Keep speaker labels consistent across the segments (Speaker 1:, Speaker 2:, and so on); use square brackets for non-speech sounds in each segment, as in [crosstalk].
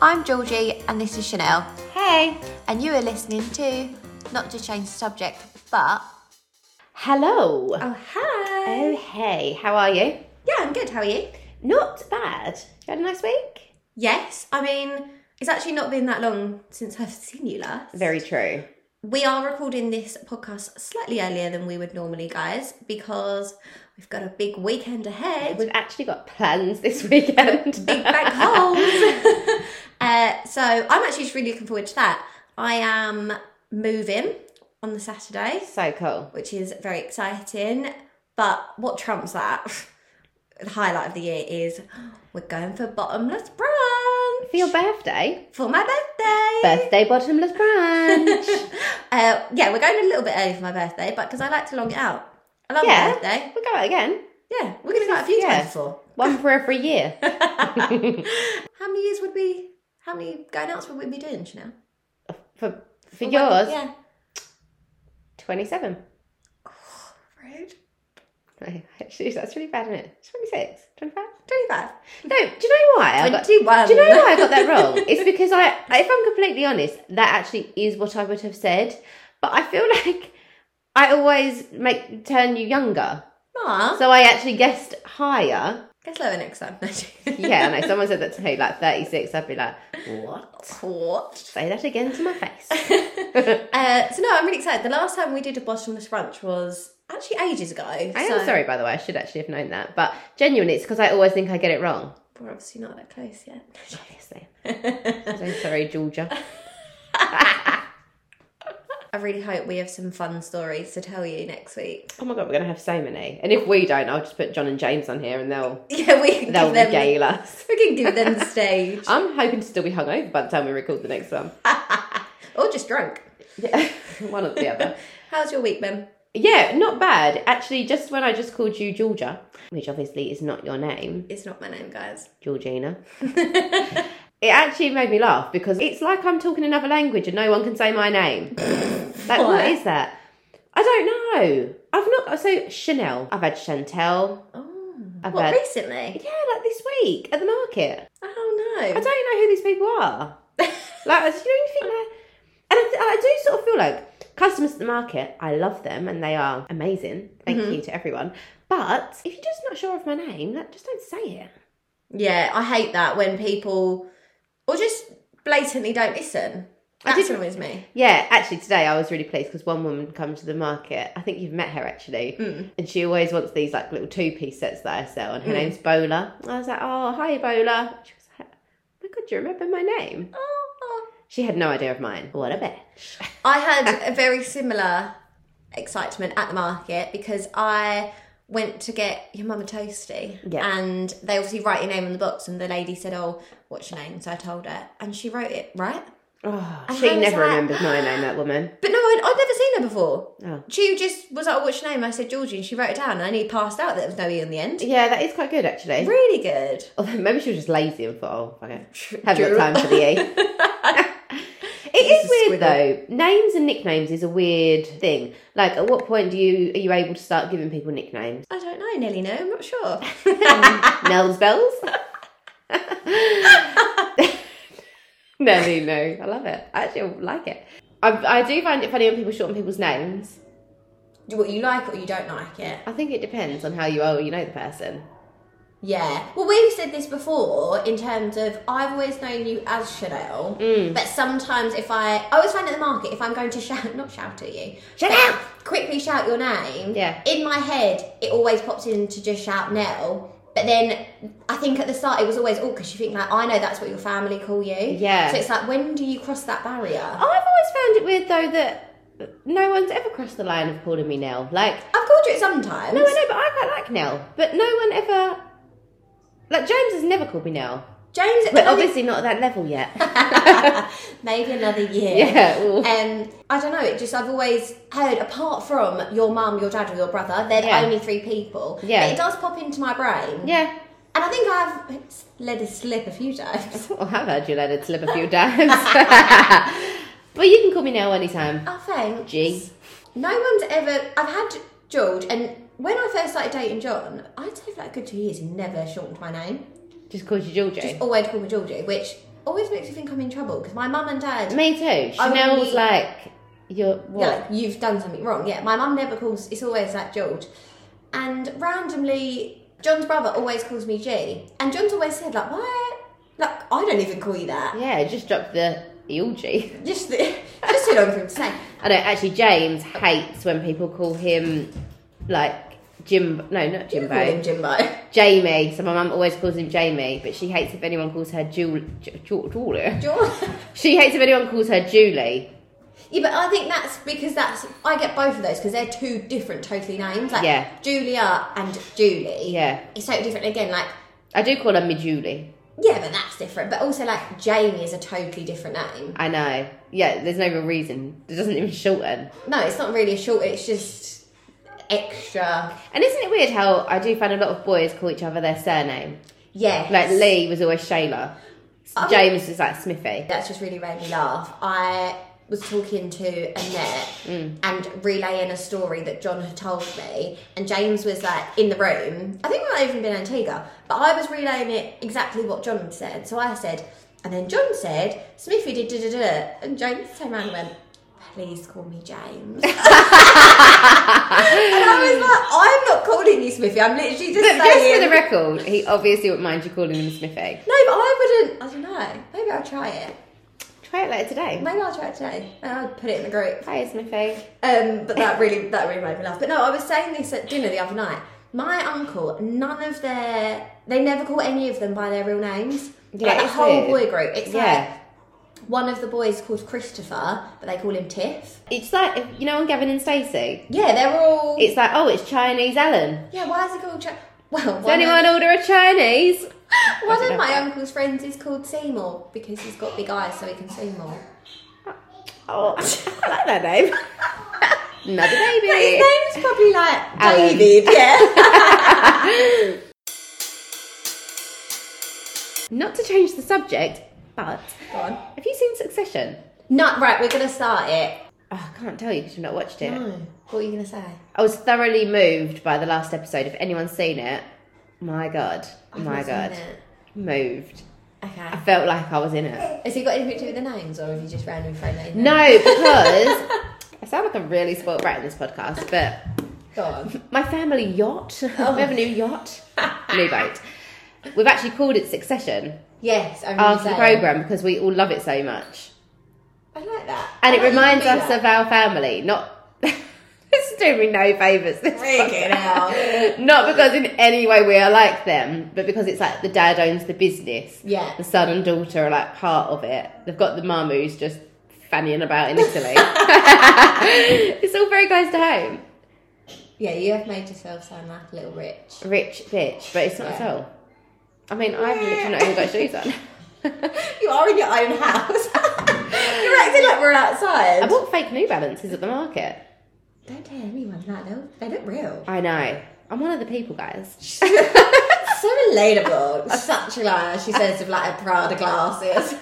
Speaker 1: I'm Georgie and this is Chanel,
Speaker 2: Hey.
Speaker 1: and you are listening to, not to change the subject, but
Speaker 2: Hello.
Speaker 1: oh hi,
Speaker 2: Oh, hey. How are you?
Speaker 1: yeah, I'm good. How are you?
Speaker 2: Not bad. You had a nice week?
Speaker 1: Yes, I mean it's actually not been that long since I've seen you last.
Speaker 2: Very true.
Speaker 1: We are recording this podcast slightly earlier than we would normally, guys, because we've got a big weekend ahead.
Speaker 2: We've actually got plans this [laughs]
Speaker 1: big [laughs]
Speaker 2: weekend.
Speaker 1: bank
Speaker 2: [laughs]
Speaker 1: holes. [laughs] uh, so I'm actually just really looking forward to that. I am moving on the Saturday,
Speaker 2: so cool.
Speaker 1: which is very exciting. But what trumps that? [laughs] the highlight of the year is we're going for bottomless brunch
Speaker 2: For your birthday,
Speaker 1: for my birthday.
Speaker 2: birthday [laughs] bottomless brunch.
Speaker 1: [laughs] uh, yeah, we're going a little bit early for my birthday, but because I like to long it out. I love
Speaker 2: Yeah.
Speaker 1: my birthday.
Speaker 2: we'll go out again.
Speaker 1: Yeah, we're going to go out a few
Speaker 2: Yeah.
Speaker 1: times
Speaker 2: [laughs]
Speaker 1: before.
Speaker 2: One for every [laughs] year.
Speaker 1: How many years would we? How many going outs would we be doing, Chanel?
Speaker 2: For for
Speaker 1: Well,
Speaker 2: yours,
Speaker 1: Yeah.
Speaker 2: twenty seven.
Speaker 1: Rude.
Speaker 2: [laughs] Actually, that's really bad, isn't it? 26, 25?
Speaker 1: 25.
Speaker 2: No, do you know why? I got-
Speaker 1: 21.
Speaker 2: Do you know why
Speaker 1: [laughs]
Speaker 2: I got that wrong? It's because I, if I'm completely honest, that actually is what I would have said. But I feel [laughs] like I always make turn you younger,
Speaker 1: Aw,
Speaker 2: so I actually guessed higher.
Speaker 1: guess lower next time. [laughs]
Speaker 2: Yeah, I know someone said that to me, like 36. I'd be like, what?
Speaker 1: What?
Speaker 2: Say that again to my face.
Speaker 1: [laughs] uh, so no, I'm really excited. The last time we did a bottomless brunch was actually ages ago.
Speaker 2: I
Speaker 1: so
Speaker 2: am sorry, by the way. I should actually have known that, but genuinely, it's because I always think I get it wrong.
Speaker 1: We're obviously not that close yet. [laughs]
Speaker 2: Obviously, so sorry, Georgia.
Speaker 1: I really hope we have some fun stories to tell you next week. [laughs]
Speaker 2: Oh my god, we're gonna have so many. And if we don't, I'll just put John and James on here, and they'll
Speaker 1: Yeah, we can
Speaker 2: they'll
Speaker 1: give them.
Speaker 2: regale us.
Speaker 1: We can give
Speaker 2: [laughs]
Speaker 1: them the stage,
Speaker 2: I'm hoping to still be hungover by the time we record the next one.
Speaker 1: or just drunk.
Speaker 2: Yeah, [laughs] one or the other.
Speaker 1: How's your week been?
Speaker 2: Yeah, not bad. Actually, just when I just called you Georgia, which obviously is not your name,
Speaker 1: It's not my name, guys. [laughs] Oh.
Speaker 2: Georgina, it actually made me laugh because it's like I'm talking another language and no one can say my name. like, what
Speaker 1: Why?
Speaker 2: is that? I don't know. I've not. So, Chanel. I've had Chantel.
Speaker 1: Oh,
Speaker 2: I've
Speaker 1: what
Speaker 2: had-
Speaker 1: recently?
Speaker 2: Yeah, like this week at the market.
Speaker 1: Oh
Speaker 2: I
Speaker 1: no.
Speaker 2: don't know who these people are. Like, you know, you think that. And I, th- I do sort of feel like customers at the market, I love them and they are amazing. Thank
Speaker 1: Mm-hmm.
Speaker 2: you to everyone. But if you're just not sure of my name, like, just don't say it.
Speaker 1: [laughs] Yeah, I hate that when people or just blatantly don't listen.
Speaker 2: I
Speaker 1: That's
Speaker 2: did-
Speaker 1: annoys me.
Speaker 2: Yeah, actually, today I was really pleased because one woman comes to the market. I think you've met her actually.
Speaker 1: Mm.
Speaker 2: And she always wants these like little two piece sets that I sell. And her name's Bola. I was like, oh, hi, Bola. She was like, oh my God, do you remember my name? She had no idea of mine. What a bitch.
Speaker 1: I had a very similar excitement at the market because I went to get your mum a toasty
Speaker 2: Yeah.
Speaker 1: and they obviously write your name on the box and the lady said, Oh, what's your name? So I told her and she wrote it right.
Speaker 2: [sighs] Oh,
Speaker 1: And I
Speaker 2: she
Speaker 1: was
Speaker 2: never
Speaker 1: like-
Speaker 2: remembers my name, that woman.
Speaker 1: But no, I'd, I'd never seen her before.
Speaker 2: Oh.
Speaker 1: She just was like, oh, what's your name? I said Georgie and she wrote it down and I nearly passed out that there was no E on the end.
Speaker 2: Yeah, that is quite good actually.
Speaker 1: Really good.
Speaker 2: Although maybe she was just lazy and thought, oh, fuck it. Haven't got time for the E.
Speaker 1: It's
Speaker 2: [laughs] it
Speaker 1: a
Speaker 2: is weird
Speaker 1: squiggle.
Speaker 2: though. Names and nicknames is a weird thing. Like, at what point do you are you able to start giving people nicknames?
Speaker 1: I don't know, Nelly, no, I'm not
Speaker 2: [laughs]
Speaker 1: sure. Um,
Speaker 2: Nell's bells. Nelly, no, I love it. I actually like it. I, I do find it funny when people shorten people's names.
Speaker 1: what you like or you don't like it.
Speaker 2: I think it depends on how you are, or you know the person.
Speaker 1: Yeah. Well, we've said this before in terms of I've always known you as Chanel,
Speaker 2: Mm.
Speaker 1: but sometimes if I, I always find at the market if I'm going to [laughs] shout, not shout at you,
Speaker 2: Shout
Speaker 1: but
Speaker 2: out!
Speaker 1: quickly shout your name.
Speaker 2: Yeah.
Speaker 1: In my head, it always pops in to just shout Nell. But then I think at the start it was always oh because you think like I know that's what your family call you.
Speaker 2: Yeah.
Speaker 1: So it's like when do you cross that barrier?
Speaker 2: Oh, I've always found it weird though that no one's ever crossed the line of calling me Nell. Like,
Speaker 1: I've called you it sometimes.
Speaker 2: No, I know, but I quite like Nell. But no one ever. Like, James has never called me Nell.
Speaker 1: James,
Speaker 2: But obviously not at that level yet.
Speaker 1: maybe another year.
Speaker 2: [laughs] yeah. ooh.
Speaker 1: Um, I don't know. It just I've always heard, apart from your mum, your dad, or your brother, they're
Speaker 2: Yeah.
Speaker 1: the only three people.
Speaker 2: Yeah.
Speaker 1: But it does pop into my brain,
Speaker 2: Yeah.
Speaker 1: and I think I've let it slip a few times. [laughs]
Speaker 2: Well, I've had you let it slip a few times. [laughs] but you can call me Nell anytime.
Speaker 1: I think
Speaker 2: G.
Speaker 1: no one's ever. I've had George, and when I first started dating John, I'd say for like a good two years, he never shortened my name.
Speaker 2: Just called you Georgie.
Speaker 1: Always called me Georgie, which always makes me think I'm in trouble because my mum and dad.
Speaker 2: Me too.
Speaker 1: I
Speaker 2: Chanel's
Speaker 1: really-
Speaker 2: like, you're what?
Speaker 1: Yeah, like, you've done something wrong. Yeah, my mum never calls. It's always like George, and randomly John's brother always calls me G, and John's always said like, "What? Like I don't even call you that."
Speaker 2: Yeah, just dropped the ELG.
Speaker 1: Just the, [laughs] just too long for him to say.
Speaker 2: [laughs] I know, actually, James hates when people call him like Jim. No, not
Speaker 1: You call him
Speaker 2: Jimbo.
Speaker 1: Jimbo. [laughs]
Speaker 2: Jamie. So my mum always calls him Jamie, but she hates if anyone calls her Jul. Ju- Ju- Julia.
Speaker 1: George.
Speaker 2: She hates if anyone calls her Julie.
Speaker 1: [laughs] Yeah, but I think that's because that's I get both of those because they're two different totally names. Like
Speaker 2: Yeah.
Speaker 1: Julia and Julie.
Speaker 2: Yeah,
Speaker 1: It's totally different again. Like
Speaker 2: I do call her me Julie.
Speaker 1: yeah, but that's different. But also like Jamie is a totally different name.
Speaker 2: I know. Yeah, there's no real reason. It doesn't even shorten.
Speaker 1: No, it's not really a short. It's just extra.
Speaker 2: And isn't it weird how I do find a lot of boys call each other their surname?
Speaker 1: Yeah.
Speaker 2: Like Lee was always Shayla.
Speaker 1: Oh.
Speaker 2: James was like Smithy.
Speaker 1: That's just really made me laugh. I was talking to Annette
Speaker 2: Mm.
Speaker 1: and relaying a story that John had told me, and James was like in the room. I think we might have even been in Antigua, but I was relaying it exactly what John had said. So I said, and then John said, Smithy did da da da, and James turned around and went, Please call me James. [laughs] and I was like, I'm not calling you Smithy. I'm literally just
Speaker 2: But
Speaker 1: saying.
Speaker 2: [laughs] just for the record, he obviously wouldn't mind you calling him Smithy.
Speaker 1: no, but I wouldn't. I don't know. Maybe I'll try it.
Speaker 2: Try it later today.
Speaker 1: Maybe I'll try it today. And I'll put it in the group.
Speaker 2: Hi, Smithy.
Speaker 1: Um, but that really that really made me laugh. But no, I was saying this at dinner the other night. My uncle, none of their they never call any of them by their real names.
Speaker 2: Yeah,
Speaker 1: like the
Speaker 2: it's
Speaker 1: whole boy
Speaker 2: weird.
Speaker 1: group. It's
Speaker 2: Yeah.
Speaker 1: like one of the boys is called Christopher, but they call him Tiff.
Speaker 2: It's like, if- you know, on Gavin and Stacey.
Speaker 1: Yeah, they're all
Speaker 2: It's like, oh, it's Chinese Ellen.
Speaker 1: Yeah, why is it called Ch- well, [laughs]
Speaker 2: Does
Speaker 1: one,
Speaker 2: anyone order a Chinese?
Speaker 1: of, one
Speaker 2: I
Speaker 1: of
Speaker 2: don't
Speaker 1: my
Speaker 2: know.
Speaker 1: uncle's friends is called Seymour because he's got big eyes so he can see more.
Speaker 2: Oh, [laughs] I like
Speaker 1: [laughs]
Speaker 2: that name. Another
Speaker 1: But his
Speaker 2: baby.
Speaker 1: name's probably like
Speaker 2: Alan.
Speaker 1: David, yeah.
Speaker 2: [laughs] [laughs] Not to change the subject, but
Speaker 1: Go on.
Speaker 2: have you seen Succession?
Speaker 1: No, right, we're gonna start it.
Speaker 2: Oh, I can't tell you because you've not watched it.
Speaker 1: No. What are you gonna say?
Speaker 2: I was thoroughly moved by the last episode. If anyone's seen it, my god,
Speaker 1: I've
Speaker 2: Oh my
Speaker 1: not seen
Speaker 2: god,
Speaker 1: it.
Speaker 2: moved. I
Speaker 1: Okay.
Speaker 2: felt like I was in it.
Speaker 1: Has he got anything to do with the names, or have you just randomly thrown that in?
Speaker 2: No,
Speaker 1: [laughs]
Speaker 2: because I sound like a really spoiled brat in this podcast, but
Speaker 1: Go on.
Speaker 2: [laughs] my family yacht. [laughs]
Speaker 1: Oh.
Speaker 2: we have a new yacht, new boat. We've actually called it Succession
Speaker 1: Yes, I remember
Speaker 2: after the
Speaker 1: saying.
Speaker 2: program because we all love it so much,
Speaker 1: I like that.
Speaker 2: and
Speaker 1: I
Speaker 2: it
Speaker 1: like
Speaker 2: reminds
Speaker 1: you do
Speaker 2: us
Speaker 1: that.
Speaker 2: of our family. Not. [laughs] This is doing me no favours. This
Speaker 1: Freaking hell.
Speaker 2: Not because in any way we are like them, but because it's like the dad owns the business.
Speaker 1: Yeah.
Speaker 2: The son and daughter are like part of it. They've got the mum who's just fannying about in
Speaker 1: [laughs]
Speaker 2: Italy. [laughs] it's all very close to home.
Speaker 1: Yeah, you have made yourself sound like a little rich. [laughs]
Speaker 2: Rich bitch, but it's not at
Speaker 1: Yeah.
Speaker 2: all. I mean, I've literally not even got shoes on. [laughs]
Speaker 1: You are in your own house. [laughs] You're acting like we're outside.
Speaker 2: I bought fake New Balances at the market.
Speaker 1: Don't tell anyone that. They look, they look real. [laughs]
Speaker 2: I know. I'm one of the people, guys.
Speaker 1: So
Speaker 2: [laughs]
Speaker 1: relatable. Such a liar, she says, with like her Prada glasses.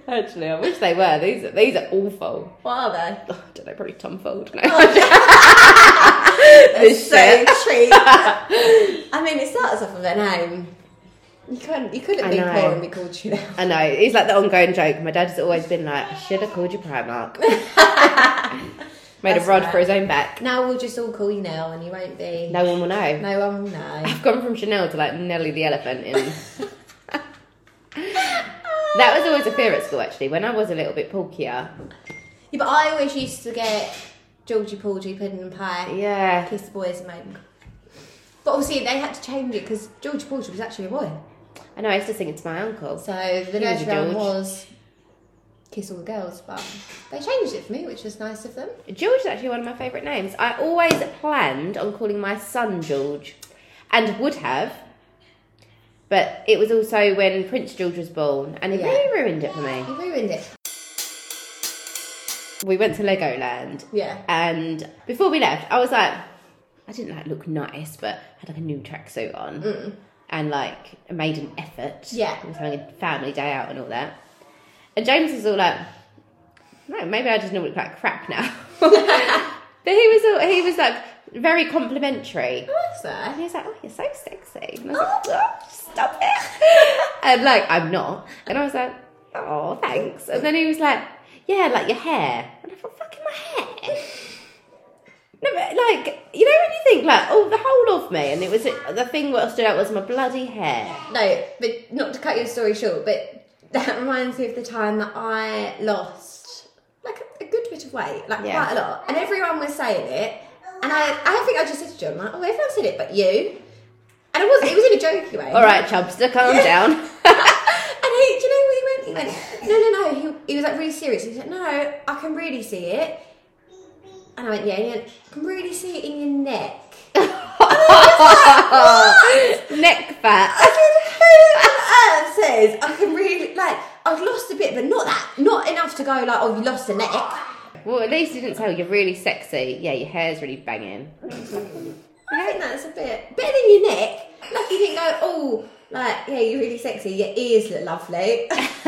Speaker 1: [laughs]
Speaker 2: [laughs] Actually, I wish they were. These are, these are awful.
Speaker 1: what are they?
Speaker 2: Oh, I don't know, probably Tom Ford. No. [laughs] This
Speaker 1: so
Speaker 2: shit. [laughs]
Speaker 1: cheap. I mean, it starts off with a name. You couldn't, you couldn't
Speaker 2: I
Speaker 1: be
Speaker 2: know.
Speaker 1: poor and be called Chanel. [laughs]
Speaker 2: I know. It's like the ongoing joke. My dad has always been like, I should have called you Primark. Made
Speaker 1: That's
Speaker 2: a rod
Speaker 1: right.
Speaker 2: for his own back.
Speaker 1: Now we'll just all call you Nell, and you won't be.
Speaker 2: No one will know.
Speaker 1: No [laughs] one will know.
Speaker 2: I've gone from Chanel to like Nelly the Elephant in. that was always a fear at school actually. When I was a little bit
Speaker 1: Yeah,
Speaker 2: pulkier.
Speaker 1: but I always used to get Georgie Porgy pudding and pie,
Speaker 2: Yeah.
Speaker 1: kiss the boys and make them. But obviously they had to change it because Georgie Porgy was actually a boy.
Speaker 2: I know, I used to sing it to my uncle.
Speaker 1: So the
Speaker 2: He was a
Speaker 1: nursery rhyme
Speaker 2: George.
Speaker 1: was kiss all the girls, but they changed it for me, which was nice of them.
Speaker 2: George is actually one of my favourite names. I always planned on calling my son George and would have. But it was also when Prince George was born and it
Speaker 1: Yeah.
Speaker 2: really ruined it for me.
Speaker 1: You ruined it.
Speaker 2: we went to Legoland,
Speaker 1: Yeah.
Speaker 2: and before we left, I was like, I didn't like look nice, but I had like a new tracksuit on, and like made an effort.
Speaker 1: Yeah.
Speaker 2: I was having a family day out and all that. And James was all like, [laughs] No, maybe I just look like crap now. but he was all, he was like, very complimentary.
Speaker 1: What's that?
Speaker 2: And he's like, "Oh, you're so sexy." And I was like,
Speaker 1: Oh,
Speaker 2: "Stop it!" and like, I'm not. And I was like, "Oh, thanks." And then he was like, "Yeah, like your hair." And I thought, "Fucking my hair." No, but like you know when you think like oh the whole of me and it was the thing what stood out was my bloody hair.
Speaker 1: No, but not to cut your story short, but that reminds me of the time that I lost like a, a good bit of weight, like
Speaker 2: Yeah.
Speaker 1: quite a lot, and everyone was saying it, and I, I think I just said to John like, oh, everyone said it, but you, and it was it was in a jokey way.
Speaker 2: All right, Chubster, calm
Speaker 1: [laughs]
Speaker 2: down. [laughs]
Speaker 1: and he, do you know where he went? He went, no, no, no. He, he was like really serious. He said, no, I can really see it. And I went, yeah. And he went, I can really see it in your neck.
Speaker 2: Neck fat.
Speaker 1: I said, who on earth says I can really like? I've lost a bit, but not that, not enough to go like, oh, you lost a neck.
Speaker 2: Well, at least you didn't say, oh, you're really sexy. Yeah, your hair's really banging. [laughs]
Speaker 1: I think that's a bit better than your neck. Like you didn't go, oh, like yeah, you're really sexy. Your ears look lovely. [laughs]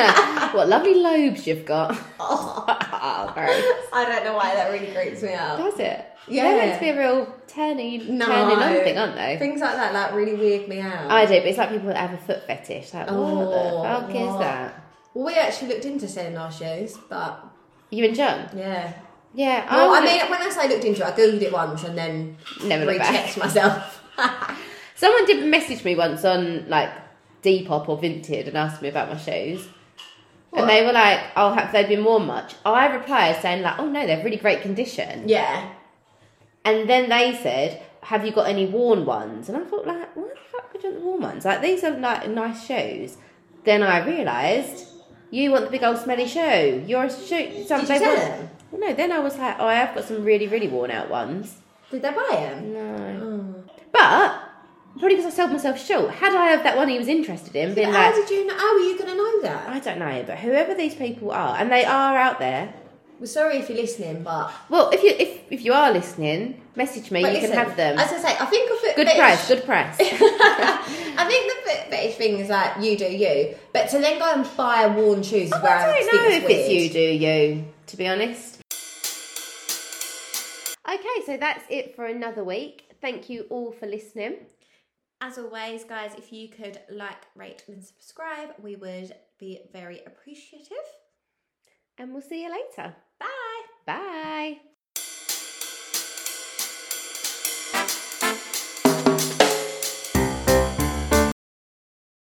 Speaker 2: what lovely lobes you've got. [laughs]
Speaker 1: Oh,
Speaker 2: Ah, very.
Speaker 1: I don't know why that really creeps me out.
Speaker 2: Does it?
Speaker 1: Yeah.
Speaker 2: They're meant to be a real turning,
Speaker 1: No.
Speaker 2: turning on thing, aren't they?
Speaker 1: Things like that like really weird me out.
Speaker 2: I do, but it's like people that have a foot fetish. Like, what
Speaker 1: Oh,
Speaker 2: the fuck is
Speaker 1: what?
Speaker 2: that?
Speaker 1: Well, we actually looked into selling our shoes, but
Speaker 2: You and John?
Speaker 1: yeah.
Speaker 2: Yeah.
Speaker 1: Well, I
Speaker 2: would've
Speaker 1: mean, when I say looked into it, I googled it once and then
Speaker 2: Oh, never looked back.
Speaker 1: rechecked myself. [laughs]
Speaker 2: Someone did message me once on like Depop or Vinted and asked me about my shoes.
Speaker 1: What?
Speaker 2: And they were like, "Oh, have they been worn much?" I replied saying like, "Oh no, they're really great condition."
Speaker 1: yeah.
Speaker 2: And then they said, "Have you got any worn ones?" And I thought, like, why the fuck would you want the worn ones? Like these are like nice shoes. Then I realised you want the big old smelly shoe. You're a shoe.
Speaker 1: Did
Speaker 2: Some,
Speaker 1: you
Speaker 2: they
Speaker 1: sell
Speaker 2: want-
Speaker 1: them?
Speaker 2: No. Then I was like, "Oh, I have got some really really worn out ones."
Speaker 1: Did they buy them?
Speaker 2: No.
Speaker 1: Oh.
Speaker 2: But probably because I sold myself short. Had I have that one he was interested in,
Speaker 1: But
Speaker 2: been
Speaker 1: how
Speaker 2: like,
Speaker 1: did you know? How were you going to know that?
Speaker 2: I don't know, but whoever these people are, and they are out there.
Speaker 1: We're sorry if you're listening, but
Speaker 2: Well, if you if, if you are listening, message me.
Speaker 1: but
Speaker 2: you
Speaker 1: listen,
Speaker 2: can have them.
Speaker 1: As I say, I think a foot
Speaker 2: Good
Speaker 1: fetish-
Speaker 2: price. Good price.
Speaker 1: [laughs] I think the foot fetish thing is like you do you, but to then go and buy worn shoes is
Speaker 2: Oh,
Speaker 1: where I,
Speaker 2: I
Speaker 1: think
Speaker 2: don't know if
Speaker 1: it's weird.
Speaker 2: it's you, do you? To be honest. Okay, so that's it for another week. Thank you all for listening.
Speaker 1: As always, guys, if you could like, rate, and subscribe, we would be very appreciative.
Speaker 2: And we'll see you later.
Speaker 1: Bye.
Speaker 2: Bye.